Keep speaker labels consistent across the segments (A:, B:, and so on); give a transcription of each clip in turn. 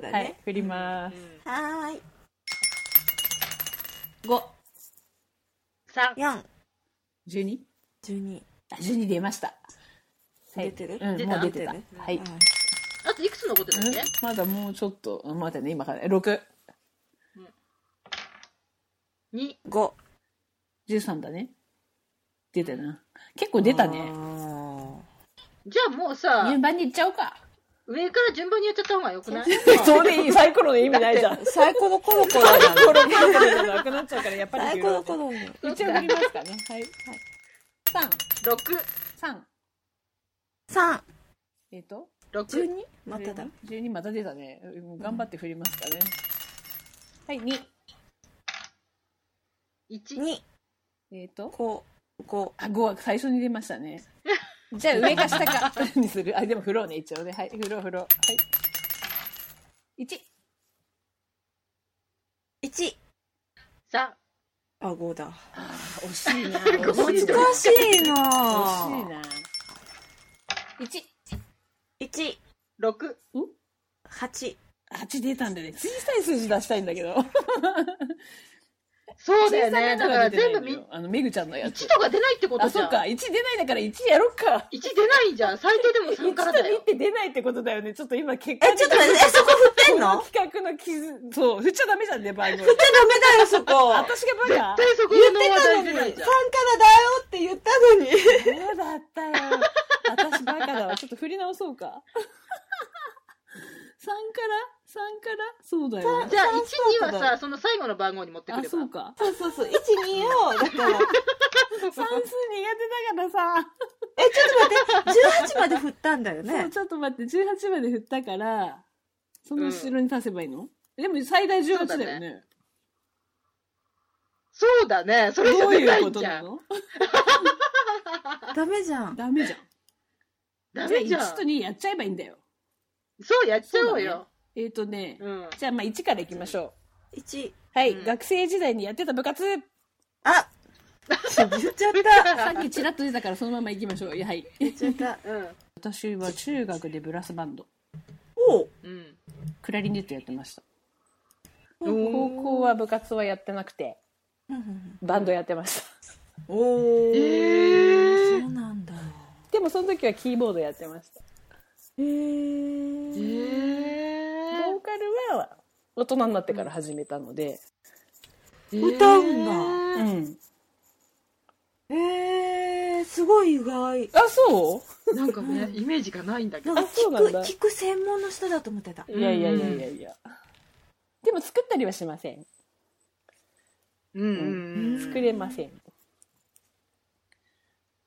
A: だ
B: は
A: ね
B: い、振ります。
A: はーい
B: 五、
C: 三、
A: 4
B: 十二、
A: 12
B: 十二出ました。は
A: 出
B: い
A: てる
B: うん、
C: 出
B: も
C: た
B: う出てた。
A: 出てる
B: はい。
C: あといくつ残ってたっけ
B: うんまだもうちょっと、うん待ってね、今から六、
C: 二、
A: 5
B: 十三だね。出たな。結構出たね。
C: じゃあもうさ
B: 順、番に行っちゃおうか。
C: 上から順番にやっちゃった方がよくない
B: それでいい、 サイコロの意味ないじゃん。
A: サイコロコロコロなの
B: コロコロコロじゃなくなっちゃうから、やっぱ
A: サイ
B: り
A: コロコロ
B: 一応振りますかね。はい。三、
C: 六、
B: 三、
A: 3
B: えっと。
C: 六、
A: 12まただ
B: 十二また出たね。もう頑張って振りますかね。はい、二、
C: 一、
A: 2
B: えっと。
A: 5 5
B: あ、5は最初に出ました ね。じゃあ上か下かにする。あ、でもフローね、一応ね。はい、フローフロー。はい。1。
A: 1
C: 三、
A: あ5だ
B: 惜しいな。
C: ごめ
B: 惜
C: ん
B: しいな。
C: な
A: 難しい
B: 惜しい
A: な
B: な。1。
A: 1
C: 六、
A: 8
B: 8出たんでね。小さい数字出したいんだけど。
C: そうだよ
B: 小さい
C: ね。
B: の
C: だか
B: が
C: ら
B: 出て
C: 全
B: な
C: 部
B: いの
C: み
B: よ、あの、めぐちゃんのやつ
C: 一。とか出ないってこと
B: あ、
C: じゃ
B: そ
C: ん。
B: うか。1出ないだから1やろっか。
C: 一出ないじゃん。最低でも
B: 1
C: 三
B: と
C: からだ
B: 2っ
C: よ。
B: て出ないってことだよね。ちょっと今結果
A: え、ちょっと待って、え、そこ振ってんの
B: この企画の傷、そう、振っちゃダメじゃんね、番組。
A: 振っちゃダメだよ、そこ。
B: 私がバカ
C: 絶対そこ
A: 言
C: でノ
A: って
C: ー話
A: たの
C: 題
A: に、
C: 出
A: 3から
C: な
A: だ
C: い
A: よ
C: じゃん。
A: って言ったのに。
B: そうだったよ。私バカだわ。ちょっと振り直そう か。3から3からそうだよね。
C: じゃあ
A: 三
C: 1、2
A: そう
C: は
A: だ
C: さ、その最後の番号に持ってく
B: あ、
C: れ
B: そうか。
C: ば。
A: そうそうそう、1、2を、だから、
B: 算数苦手だからさ。
A: え、ちょっと待って、18まで振ったんだよ
B: そう、
A: ね。
B: ちょっと待って、18まで振ったから、その後ろに足せばいいの、でも最大18だよね。
C: そうだね。それじ
B: ど
C: ゃ
B: う
C: 出な
B: いう
C: い
B: こと
C: じゃ。
B: なんの
A: ダメじゃん。
B: ダメじゃん。
C: ダ
B: じゃあ
C: メじゃん
B: 1と。2やっちゃえばいいんだよ。
C: そう、やっちゃおう
B: そうだ
C: よ。
B: えっ、ー、とね、
C: うん。
B: じゃあまあ1からいきましょう。
A: 1。
B: はい、
C: うん
B: 学生時代にやってた部活
A: あ言っちゃった。
B: さっきちらっと出たからそのままいきましょう。いやはい。
A: 言っちゃった。
C: うん。
B: 私は中学でブラスバンド
A: お
C: うん。
B: クラリネットやってました
A: おー
B: 高校は部活はやってなくてバンドやってました
A: お
C: え
A: ー。
C: ー
A: そうなんだ。
B: でもその時はキーボードやってました
A: えー。
B: ボーカルは大人になってから始めたので、
A: 歌うんだ。
B: う
C: だ。
B: ん、
A: えー、すごい意外。
B: あそう
C: なんかね、イメージがないんだけ
A: な
C: ど
A: ん。
B: あ
A: か
B: そうなん
A: 聞く、
B: だ
A: 聞く専門の人だと思ってた。
B: いやいやいやいやいや、でも作ったりはしません
C: うんうんうん。
B: 作れません、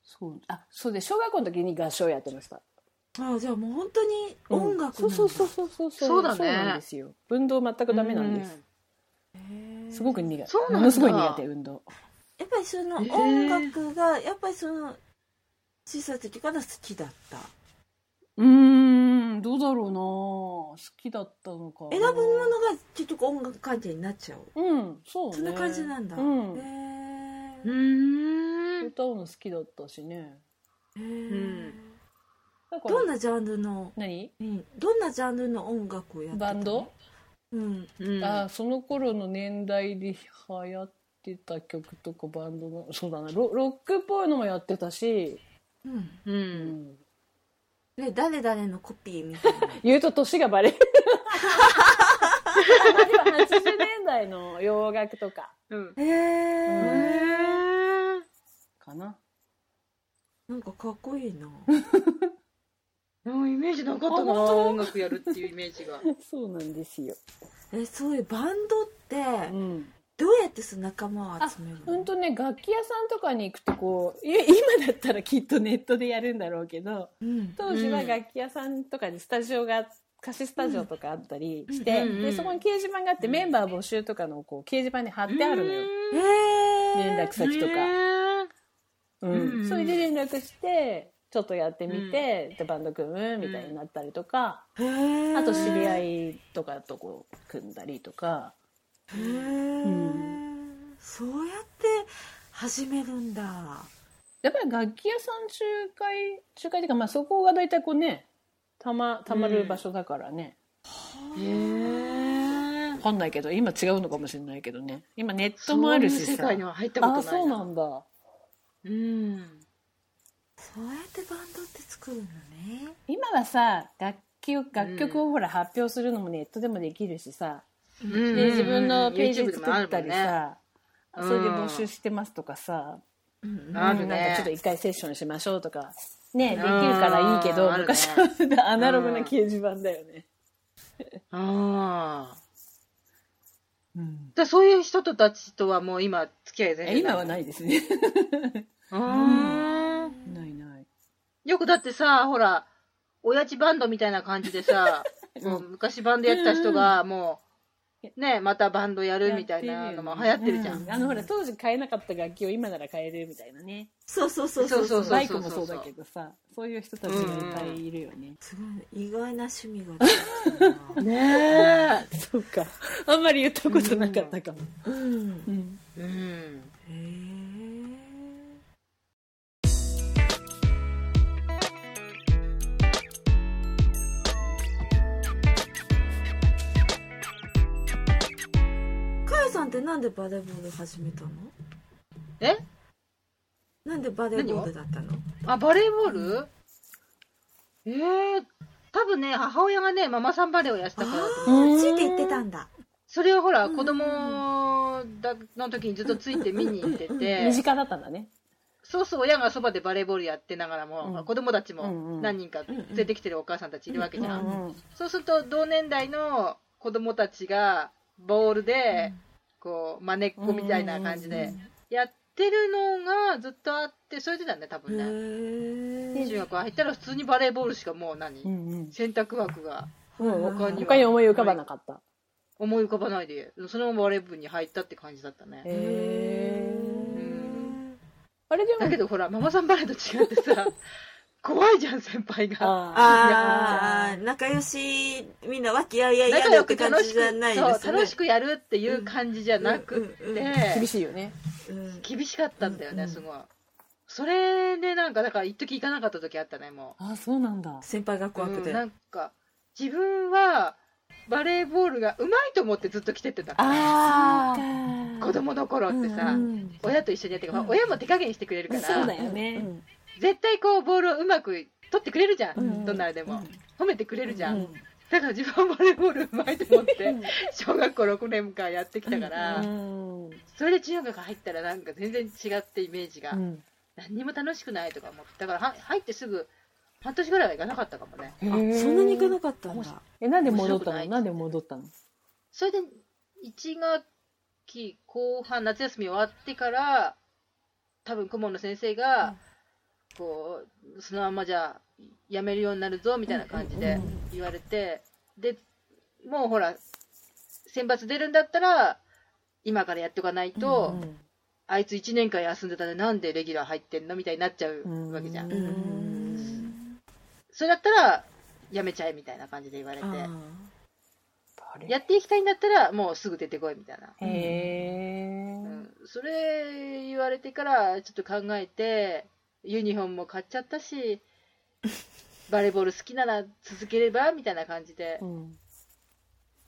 B: そうあそうで小学校の時に合唱やってました
A: あじゃあもう本当に音楽なんだ、
B: うんそうそうそうそうそう
C: そうだね
B: なんですよ運動全くダメなんです、
A: へー
B: すごく苦
C: そうな
B: 手
C: んだ
B: ものすごい苦手運動
A: やっぱりその
C: へー
A: 音楽がやっぱりその小さい時から好きだった
B: うーんどうだろうな好きだったのか
A: 選ぶものが結局音楽関係になっちゃう
B: うんそうね
A: そんな感じなんだ、
B: うん
A: へ
C: う
A: ー
C: ん。うん。
B: 歌うの好きだったしね
A: へー
C: ん
B: だから
A: どんなジャンルの、
B: 何
A: うん、どんなジャンルの音楽をやってた
B: バ
A: の
B: ンド、
A: うん、
C: うん
B: ああその頃の年代で流行ってた曲とかバンドのそうだなロロックっぽいのもやってたし、
A: うん
C: う。
B: うんん、
A: ね、誰々のコピーみたいな
B: 言うと年がバレるあでも80年代の洋楽とか
C: うん。
A: へえ、
B: かな
A: なんかかっこいいな
C: うん、イメージなかったな
B: あ本当
C: 音楽やるっていうイメージが
B: そうなんですよ。
A: えそういうバンドって
B: うん。
A: どうやってその仲間を集めるの
B: 本当ね、楽器屋さんとかに行くとこう、い今だったらきっとネットでやるんだろうけど、
A: うん
B: 当時は楽器屋さんとかにスタジオが、貸しスタジオとかあったりして、
C: うんうんうん
B: で、そこに掲示板があって、メンバー募集とかのこう、掲示板に貼ってあるのよ。
A: えー、
B: 連絡先とか。うん
C: うんうん
B: それで連絡して、ちょっとやってみて、で、バンド組むみたいになったりとか、あ
A: あ
B: と知り合
A: い。
B: いとかとこう、組んだりとか、
A: へーそうやって始めるんだ。
B: やっぱり楽器屋さん仲介仲介っていうか、まあ、そこが大体こうねたまたまる場所だからね、
C: へ
B: かんないけど今違うのかもしれないけどね今ネットもあるし
C: そういう世
B: さ
C: 界には入ったことない
B: あそうなんだ
C: うん
A: そうやってバンドって作るのね
B: 今はさ楽器を楽曲をほら発表するのもネットでもできるしさ、
C: うん
B: で自分のページ
C: YouTube でもあ
B: 作っ
C: る
B: た
C: もん
B: り
C: ね
B: さ、
C: うん
B: それで募集してますとかさ、
A: うん
C: あるね
B: なんかちょっと一回セッションしましょうとかねできるからいいけ
C: う
B: ど
C: んあるね
B: 昔はアナログな掲示板だよね、
C: ああじゃあそういう人たちとはもう今付き合い全
B: え
C: 然
B: 今はないです ね
C: うーん
B: ないない
C: よくだってさほら親父バンドみたいな感じ でさ
B: うん
C: もう昔バンドやってた人がもうねまたバンドやるみたいなのも流行ってるじゃん、
B: うあのほら当時買えなかった楽器を今なら買えるみたいなね
A: そうそうそう
C: そうそうそう
B: バイクもそうだけどさそういう人たちがいっぱいいるよね、
A: すごいね意外な趣味が出てきたな
C: ね
B: そうかあんまり言ったことなかったかも、
A: うん
B: うん
C: えうん
A: へえかやさんってなんでバレーボール始めたの
C: え
A: なんでバレーボールだったの
C: あバレーボールええ多分ね母親がねママさんバレーをやってたからだと思
A: あ
C: う
A: ーついていってたんだ
C: それをほら子供だの時にずっとついて見に行ってて
B: 身近だったんだね
C: そうそう親がそばでバレーボールやってながらも、
B: うん
C: 子供たち
B: うんう
C: も
B: ん
C: 何人か連れてきてるお母さんたちいるわけじゃん、
A: うん
B: うん
C: そうすると同年代の子供たちがボールでこうまねっこみたいな感じでやってるのがずっとあってそれでだね多
A: へ
C: 分ね
A: え
C: 中学入ったら普通にバレーボールしかもう何、
B: うんうん
C: 選択枠が
B: うん
C: 他には
B: 他に思い浮かばなかった。
C: 思い浮かばないでそのままバレー部に入ったって感じだったね、
B: へー
C: ん
B: あれで
C: だ
B: も、
C: けどほらママさんバレーと違っ てさ怖いじゃん先輩が
A: ああ仲良しみんな和気あいあいや
C: 仲
A: る
C: 良
A: っ
C: く
A: て感
C: 楽
A: じ
C: し
A: じ
C: く
A: ゃないです
C: そう
A: ね
C: 楽しくやるっていう感じじゃなくって、
A: うんうんうん
B: 厳しいよね。
A: うん
C: 厳しかったんだよね、
A: うん
C: すごいそれでなんかだから一時行かなかった時あったねも
B: ああ、そうなんだ。
A: 先輩が
C: う、
A: 怖くて
C: うんなんか自分はバレーボールがうまいと思ってずっと来てってた
B: あ
C: 子供の頃ってさ、
A: うん
C: 親と一緒にやってるから、
A: うん
C: 親も手加減してくれるから
B: そうだよね。
C: 絶対こうボールをうまく取ってくれるじゃん、
B: うん
C: どんなあれでも、褒めてくれるじゃん、
B: うん
C: だから自分はバレーボールうまいと思って小学校6年間やってきたから、
B: うん
C: それで中学入ったらなんか全然違ってイメージが、
B: うん
C: 何にも楽しくないとか思ってだからは入ってすぐ半年ぐらいは行かなかったかもね
A: あそんなに行かなかったん
C: 面
A: だ
B: え、なんで戻っ
C: 面白く
B: た
C: な
B: の
C: い
B: なんで戻ったの
C: それで1学期後半夏休み終わってから多分顧問の先生が、こうそのままじゃ辞めるようになるぞみたいな感じで言われて、でもうほら選抜出るんだったら今からやっておかないと、あいつ1年間休んでたでなんでレギュラー入ってんのみたいになっちゃうわけじゃん、
B: う
A: うん
B: ん
C: それだったら辞めちゃえみたいな感じで言われて
A: あー
B: あれ
C: やっていきたいんだったらもうすぐ出てこいみたいな、
B: へえ
C: う。ん、それ言われてからちょっと考えてユニフォームも買っちゃっ たしバレーボール好きなら続ければみたいな感じで
B: うん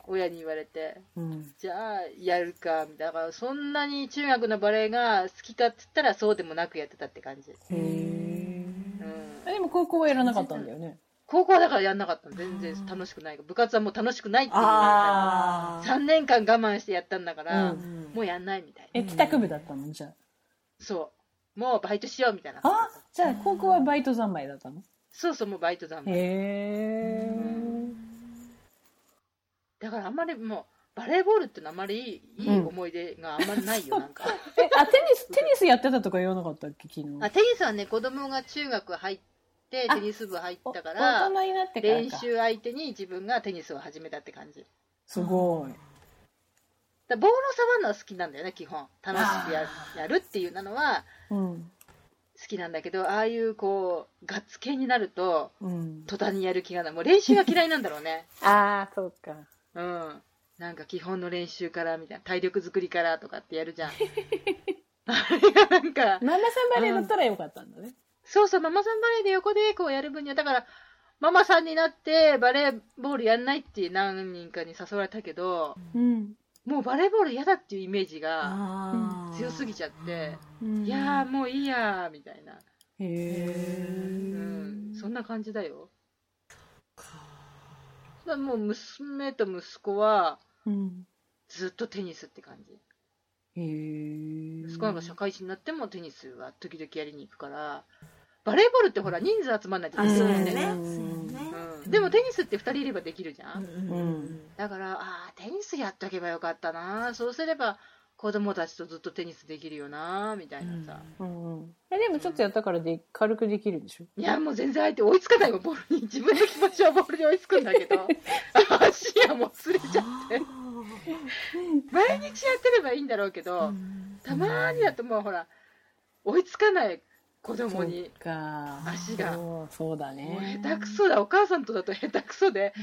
C: 親に言われて
B: うん
C: じゃあやるかみたいなだからそんなに中学のバレーが好きかっつったらそうでもなくやってたって感じ、
B: へえ。
C: うん、
B: えでも高校はやらなかったんだよね。
C: 高校はだからやんなかったの全然楽しくない部活はもう楽しくないっていう
A: あー
C: 3年間我慢してやったんだから、
B: うん
C: もうやんないみたいな
B: え、帰宅部だったのじゃあ。
C: そうもうバイトしようみたいな
B: あじゃあ高校はバイト三昧だったの
C: そうそうもうバイトだも
B: へ
C: ん
B: え。
C: だからあんまりもうバレーボールってのはあんまりいいいい
B: うん
C: 思い出があんまりないよ、なんか
B: え、あ、テニス、テニスやってたとか言わなかったっけ、昨日。
C: あテニスはね子供が中学入って
B: あ
C: テニス部入ったか
B: お大
C: ら
B: 人になってからか。
C: 練習相手に自分がテニスを始めたって感じ
B: すごい。
C: だからボールを触るのは好きなんだよね基本楽しくややるっていうのは
B: うん。
C: 好きなんだけどああいうこうガッツ系になると
B: うん。
C: 途端にやる気がないもう練習が嫌いなんだろうね
B: ああ、そうか。
C: うんなんか基本の練習からみたいな体力作りからとかってやる じゃんあれがなんか
B: ママさんバレーだったらよかったんだね。
C: そうそうママさんバレーで横でこうやる分にはだからママさんになってバレーボールやんないって何人かに誘われたけど、
B: うん。
C: もうバレーボール嫌だっていうイメージが、
A: あー
C: 強すぎちゃって
B: うん
C: いやー、もういいやーみたいな、
B: へ
C: う
B: え。
C: ん、そんな感じだよ。
A: か
C: だからもう娘と息子は
B: うん。
C: ずっとテニスって感じ。
B: へえ。
C: 息子なんか社会人になってもテニスは時々やりに行くから、バレーボールってほら人数集まんないと
A: あ
C: でき
A: そう
C: な
A: や
C: い
A: ね
C: よ
A: そう
C: ね。
A: や
C: うん、でもテニスって2人いればできるじゃん。
A: ねうん
C: だから、ああ、テニスやっとけばよかったな、そうすれば子供たちとずっとテニスできるよな、みたいなさ。
B: うんうん。え、でもちょっとやったからで、軽くできるんでしょ
C: いや、もう全然相手追いつかないよ、ボールに。自分の気持ちはボールに追いつくんだけ ど、足がもうすれちゃう。毎日やってればいいんだろうけど、たまーにだともうほら、追いつかない子供に。
B: そっか。
C: 足が
B: そう。そうだ
C: もう
B: ね。
C: 下手くそだ、お母さんとだと下手くそ で、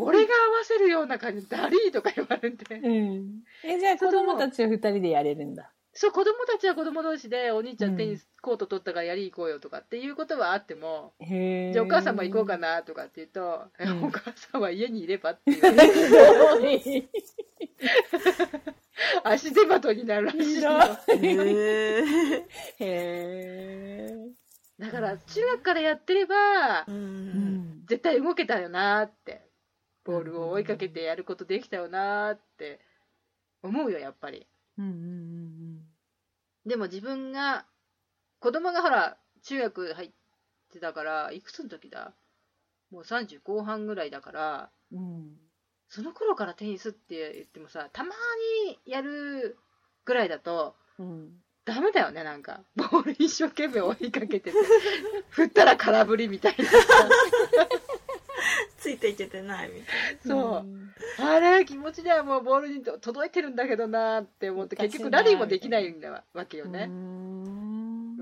C: 俺が合わせるような感じ、だりーとか言われて。
B: うん。え、じゃあ子供たちは二人でやれるんだ。
C: そう、子供たちは子供同士で、お兄ちゃ
B: うん
C: んテニスコート取ったからやり行こうよとかっていうことはあっても、
B: へえ。
C: じゃあお母さんも行こうかなとかって言うと、え
B: うん
C: お母さんは家にいればっていう、足手まといになるらしいの。
A: へえ
B: へえ。
C: だから、中学からやってれば
A: う、
B: うんん。
C: 絶対動けたよなーって、ボールを追いかけてやることできたよなーって思うよ、やっぱり。
B: うんうんうん
C: でも自分が、子供がほら、中学入ってたから、いくつの時だもう30後半ぐらいだから、
B: うん。うん。
C: その頃からテニスって言ってもさ、たまにやるぐらいだと、
B: うん。
C: ダメだよね、なんか。ボール一生懸命追いかけ てて、振ったら空振りみたいな。
A: ついていけてないみたい
C: そう。あれ、気持ちではもうボールに届いてるんだけどなーって思って、結局ラリーもできないんだわわけよ
B: う
C: ね。
B: ん。
C: うん。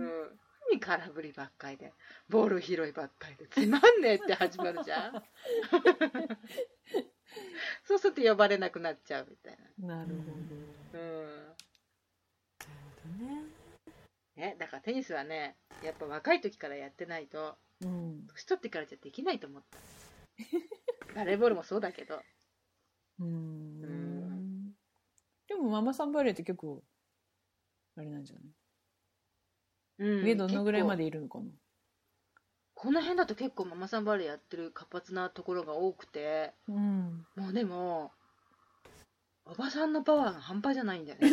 C: 何空振りばっかりで、ボール拾いばっかりで、つまんねえって始まるじゃ ん。そうすると呼ばれなくなっちゃうみたい
B: なるほ
C: な。うん。
A: なね
C: ね、だからテニスはね、やっぱ若い時からやってないと、
B: ど。うん。
C: 年取ってからじゃできないと思 った。バレーボールもそうだけど。
B: うん。でもママさんバレーって結構、あれなんじゃない
C: うん
B: 上どのぐらいま
C: 結構
B: でいるのかな
C: この辺だと結構ママさんバレーやってる活発なところが多くて、
B: うん。
C: もうでも、おばさんのパワーが半端じゃないんだよね。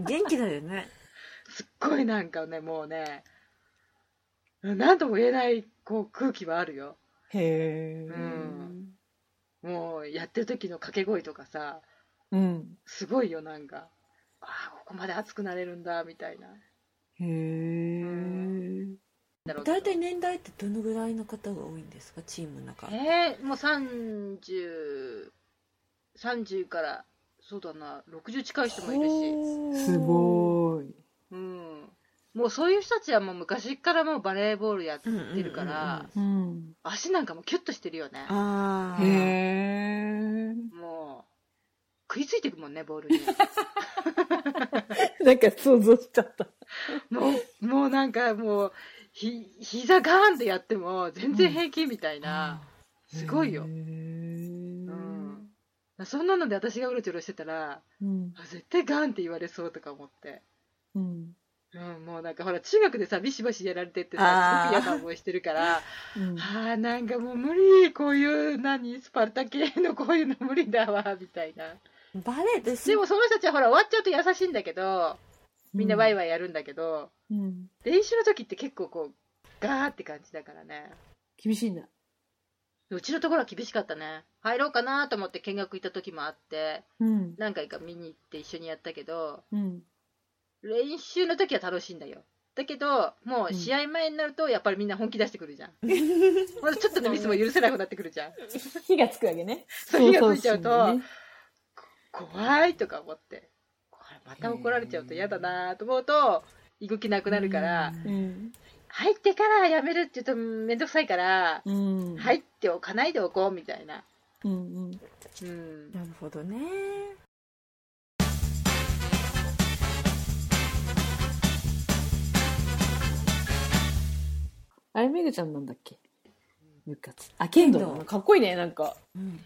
A: 元気だよね
C: すっごいなんかね、もうね、なんとも言えないこう空気はあるよ。
B: へえ。
C: うんもうやってる時の掛け声とかさ、
B: うん。
C: すごいよなんか、ああ、ここまで熱くなれるんだ、みたいな。
B: へえ。
C: だろうけど
A: 大体年代ってどのぐらいの方が多いんですかチームの中
C: えー、もう3030からそうだな60近い人もいるし、
B: すごい。
C: うん、もうそういう人たちはもう昔からもうバレーボールやってるから、
A: うんうんうんうん
B: うん。
C: 足なんかもキュッとしてるよね
A: ああ
B: へえ。
C: もう食いついてくもんねボールに
B: なんか想像しちゃった。
C: もうもうなんかもうひ膝ガーンってやっても全然平気みたいな、すごいよ
B: へ、ー
C: うん、そんなので私がうろちょろしてたら
B: うん。
C: あ絶対ガーンって言われそうとか思って
B: うん。
C: うん、もうなんかほら中学でさビシバシやられてって
A: あー
C: さすごく嫌な思いしてるからあ
B: うん
C: あなんかもう無理こういう何スパルタ系のこういうの無理だわみたいな
A: バレーです
C: でもその人たちはほら終わっちゃうと優しいんだけどみんなワイワイやるんだけど、
B: うん。
C: 練習の時って結構こうガーって感じだからね
B: 厳しいんだ。
C: うちのところは厳しかったね入ろうかなと思って見学行った時もあって
B: うん。
C: 何回か見に行って一緒にやったけど
B: うん。
C: 練習の時は楽しいんだよだけどもう試合前になるとやっぱりみんな本気出してくる じゃん、まだちょっとのミスも許せなくなってくるじゃん
B: 火がつくわけね。
C: そう火がついちゃうと怖いとか思ってこれまた怒られちゃうと嫌だなと思うと居動きなくなるから
B: うん。
C: 入ってからやめるって言うと面倒くさいから
B: うん。
C: 入。っておかないでおこうみたいな
B: うんうん。
C: うん
A: なるほどね
B: あれ、めぐちゃんなんだっけ部活。あ、剣道
A: 剣道
B: かっこいいね、なんか。
A: うん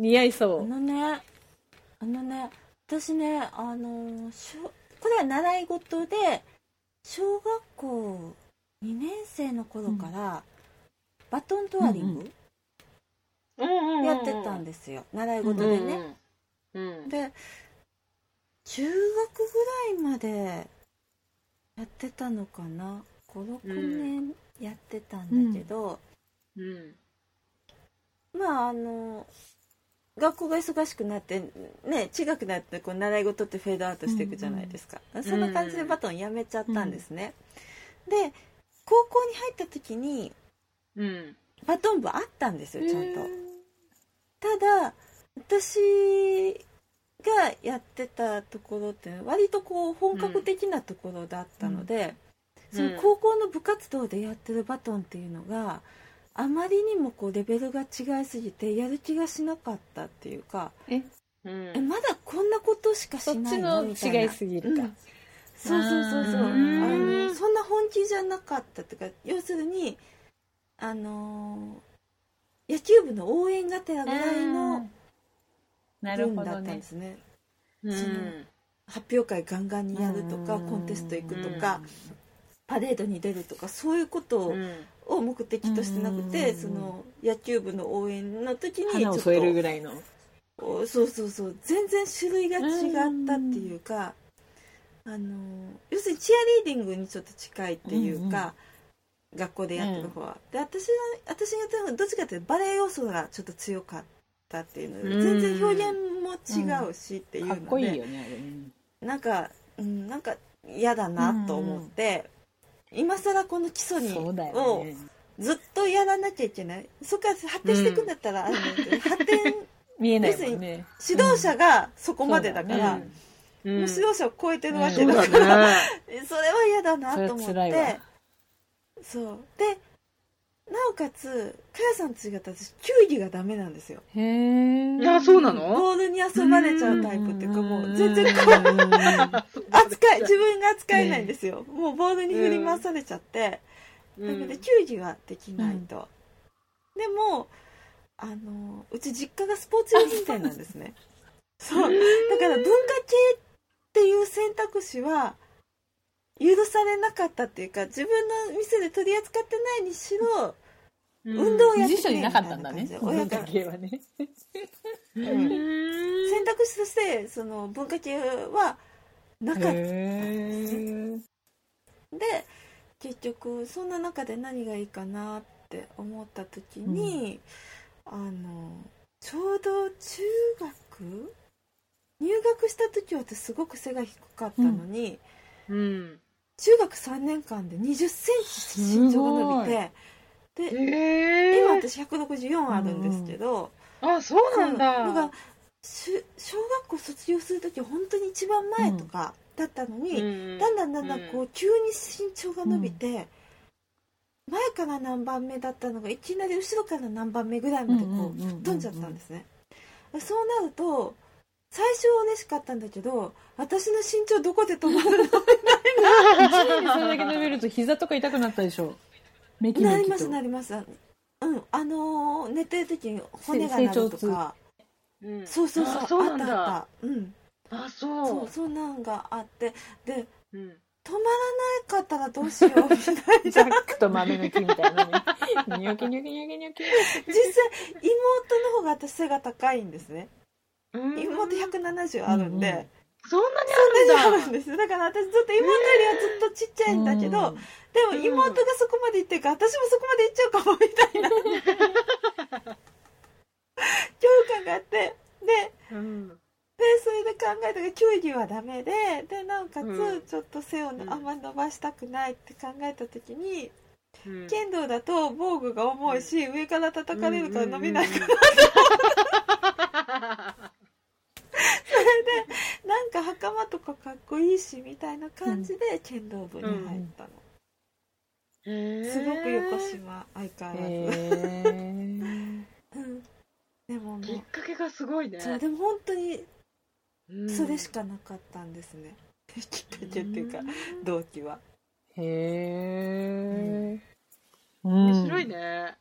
B: 似合い
A: あ
B: そう。
A: のねあのね私ねあの小これは習い事で小学校2年生の頃から、バトントワリング
C: うん
A: やってたんですよ、習い事でね、
C: うんうんうん
A: で中学ぐらいまでやってたのかな56年やってたんだけど、
C: うん
A: まああの学校が忙しくなってね違くなってこう習い事ってフェードアウトしていくじゃないですか、そんな感じでバトンやめちゃったんですね、で高校に入った時に
C: うん
A: バトン部あったんですよちゃんと、ただ私がやってたところって割とこう本格的なところだったので、
C: うん
A: その高校の部活動でやってるバトンっていうのがあまりにもこうレベルが違いすぎてやる気がしなかったっていうか、
C: うん
A: えまだこんなことしか
B: そ
A: し
B: っ
A: な
B: ち
A: いの
B: の
A: みたいな
B: 違いすぎるか。
A: うんそうそうそうそう
B: あ
A: あ
C: ー
A: のそんな本気じゃなかったっていうか要するにあのー野球部の応援がてらぐらいの
B: なる
A: 分
B: ほ
A: だ
B: ど
A: ったん
B: ね
A: で。すね
C: うん
A: その発表会ガンガンにやるとか
B: うん
A: コンテスト行くとかパレードに出るとかそういうこと
C: うん
A: を目的としてなくて
B: うん
A: その野球部の応援の時にち
B: 花
A: ょ
B: を
A: っ
B: 添える
A: と
B: ぐらいの。
A: おそうそうそう全然種類が違ったっていうかあの要するにチアリーディングにちょっと近いっていうか学校でやってる方はで私は私がやってる方はどっちかっていうとバレエ要素がちょっと強かったっていうので全然表現も違うしっていうの
B: か
A: で
B: っこいいよね、あれね。
A: なんか、うん、なんか嫌だなと思って、今更この基礎に
B: そうだよ
A: を
B: ね。
A: ずっとやらなきゃいけないそこから発展していくんだったら、あるんだけど発展
B: 見えないもんね。
A: 指導者がそこまでだから、
B: うん
C: うん
A: もう指導者を超えてるわ
B: そ
A: け
B: う
A: だから、
C: だね
A: それは嫌だな
B: それ
A: と
B: は
A: 思って
B: 辛いわ。
A: そうでなおかつかやさんと違って私球技がダメなんですよ
B: へえ。
C: いやそうなの
A: ボールに遊ばれちゃうタイプっていうかもう全然こう扱い自分が扱えないんですよ、もうボールに振り回されちゃって、
C: う
A: なの
C: ん
A: で球技はできないと、でもあのうち実家がスポーツ用品店なんですねそうだから文化系っていう選択肢は許されなかったっていうか自分の店で取り扱ってないにしろ運 動をやって
B: 辞
A: く
B: 書
A: れ
B: に
A: み
B: な
A: たい
B: かったんだ
A: な
B: ね
A: 感じで。親
B: 文
A: か
B: 化
A: ら
B: 系はね。
C: うん
A: うん選択肢としてその文化系はなかった
B: へえ。
A: で結局そんな中で何がいいかなって思った時に、あのちょうど中学入学した時は私すごく背が低かったのに、
C: うん
A: 中学3年間で2 0センチ身長が伸びて
C: え
A: で
C: ー
A: 今私164あるんですけど、
C: あそうなん
A: の
C: だ
A: がしゅ小学校卒業する時本当に一番前とかだったのに、だ
C: だ
A: んだんだんだんこう急に身長が伸びて、前から何番目だったのがいきなり後ろから何番目ぐらいまでこう
B: うんうんうんうんうん
A: 吹っ飛んじゃったんですね、そうなると最初は嬉しかったんだけど私の身長どこで止まる
B: 一年でそれだけ伸びると膝とか痛くなったでしょ。メキ
A: のな
B: メ
A: り
B: キ
A: ます
B: と。
A: なりますあのうんあのー寝てる時に骨がなると
B: 成長
A: か
C: うん
A: そうそう
C: あ
A: そう
C: そう
A: あ
C: な
A: っ
C: ん
A: た
C: だ
A: あったうん
C: あそう
A: そうそんなんがあってで
C: うん
A: 止まらなかったらどうしようみたいな
B: ジャックと豆の木みたいなね。ニョキニョキニョキニョキ。
A: 実際妹の方が私背が高いんですね
C: うん
A: 妹170あるんで、
B: うんうん
C: そんなに
A: 170
C: ある
A: あるん
C: んだ
A: ですだから私ずっと妹よりはずっとちっちゃいんだけど、でも妹がそこまで行ってるから私もそこまで行っちゃうかもみたいな 恐怖感があってで
C: うん
A: でそれで考えたけど球技はダメででなおか
C: うん
A: つちょっと背を
C: うん
A: あんまり伸ばしたくないって考えた時に、
C: うん
A: 剣道だと防具が重いし、上から叩かれるから伸びないからなんか袴とかかっこいいしみたいな感じで剣道部に入ったの、すごく横
C: し
A: 島相変わらず、
B: へー
A: うんでももう
C: きっかけがすごいね
A: そうでも本当に
C: うん
A: それしかなかったんですね、きっかけっていうか
C: ん
A: 動機は
B: へえ。
C: 面
B: 面
C: 白い。ね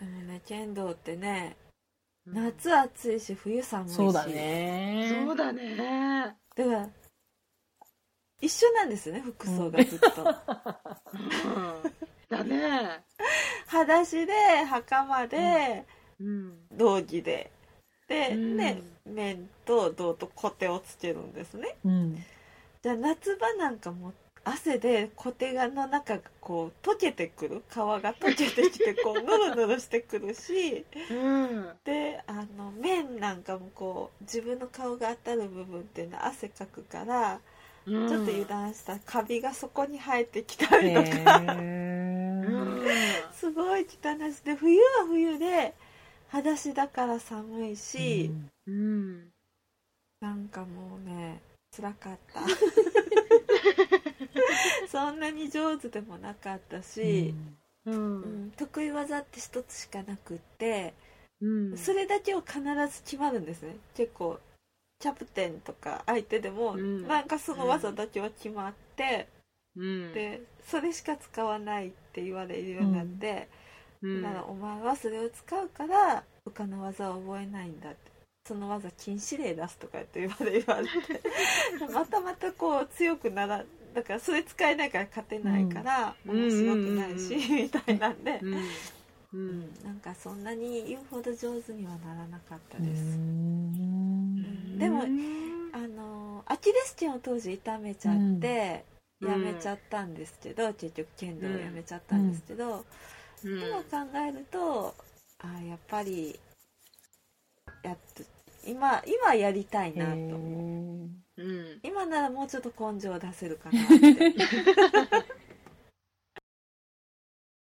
A: でもね剣道ってね
C: うん
A: 夏暑いし冬寒いし
B: そうだね
C: そうだね。
A: だから一緒なんですよね服装がずっと、
C: うんだね。
A: 裸足で袴で、
C: うん。
A: 道着でで、
C: うん
A: ね面と胴とコテをつけるんですね
B: うん
A: じゃあ夏場なんかも汗でコテがの中がこう溶けてくる皮が溶けてきてこうぬるぬるしてくる し
C: うん。
A: であの面なんかもこう自分の顔が当たる部分っていうのは汗かくから、
C: ちょ
A: ちょっと油断したカビがそこに生えてきたりとか、
B: ね
A: すごい汚いしで冬は冬で裸足だから寒いし、
C: うん。
A: なんかもうね辛かった そんなに上手でもなかったし、
C: う。
A: うんん得意技って一つしかなくって、
C: うん。
A: それだけを必ず決まるんですね結構キャプテンとか相手でも、
C: うん
A: なんかその技だけは決まって、
C: うん。
A: でそれしか使わないって言われるようになって、
C: うん。
A: ならお前はそれを使うから他の技を覚えないんだってその技禁止令出すとかって言われ 言われてまたまたこう強くならだからそれ使えないから勝てないから
C: うん
A: 面白くないし、
C: うん
A: みたいなんで
C: う、ん。うん。
A: なんかそんなに言うほど上手にはならなかったです、
B: ん
A: でも
C: うん
A: あのアキレス腱を当時痛めちゃって、
C: うん
A: やめちゃったんですけど、結局剣道をやめちゃったんですけど、
C: うん
A: 今考えるとあーやっぱりやっと今今やりたいなと思う
C: うん。
A: 今ならもうちょっと根性出せるかなって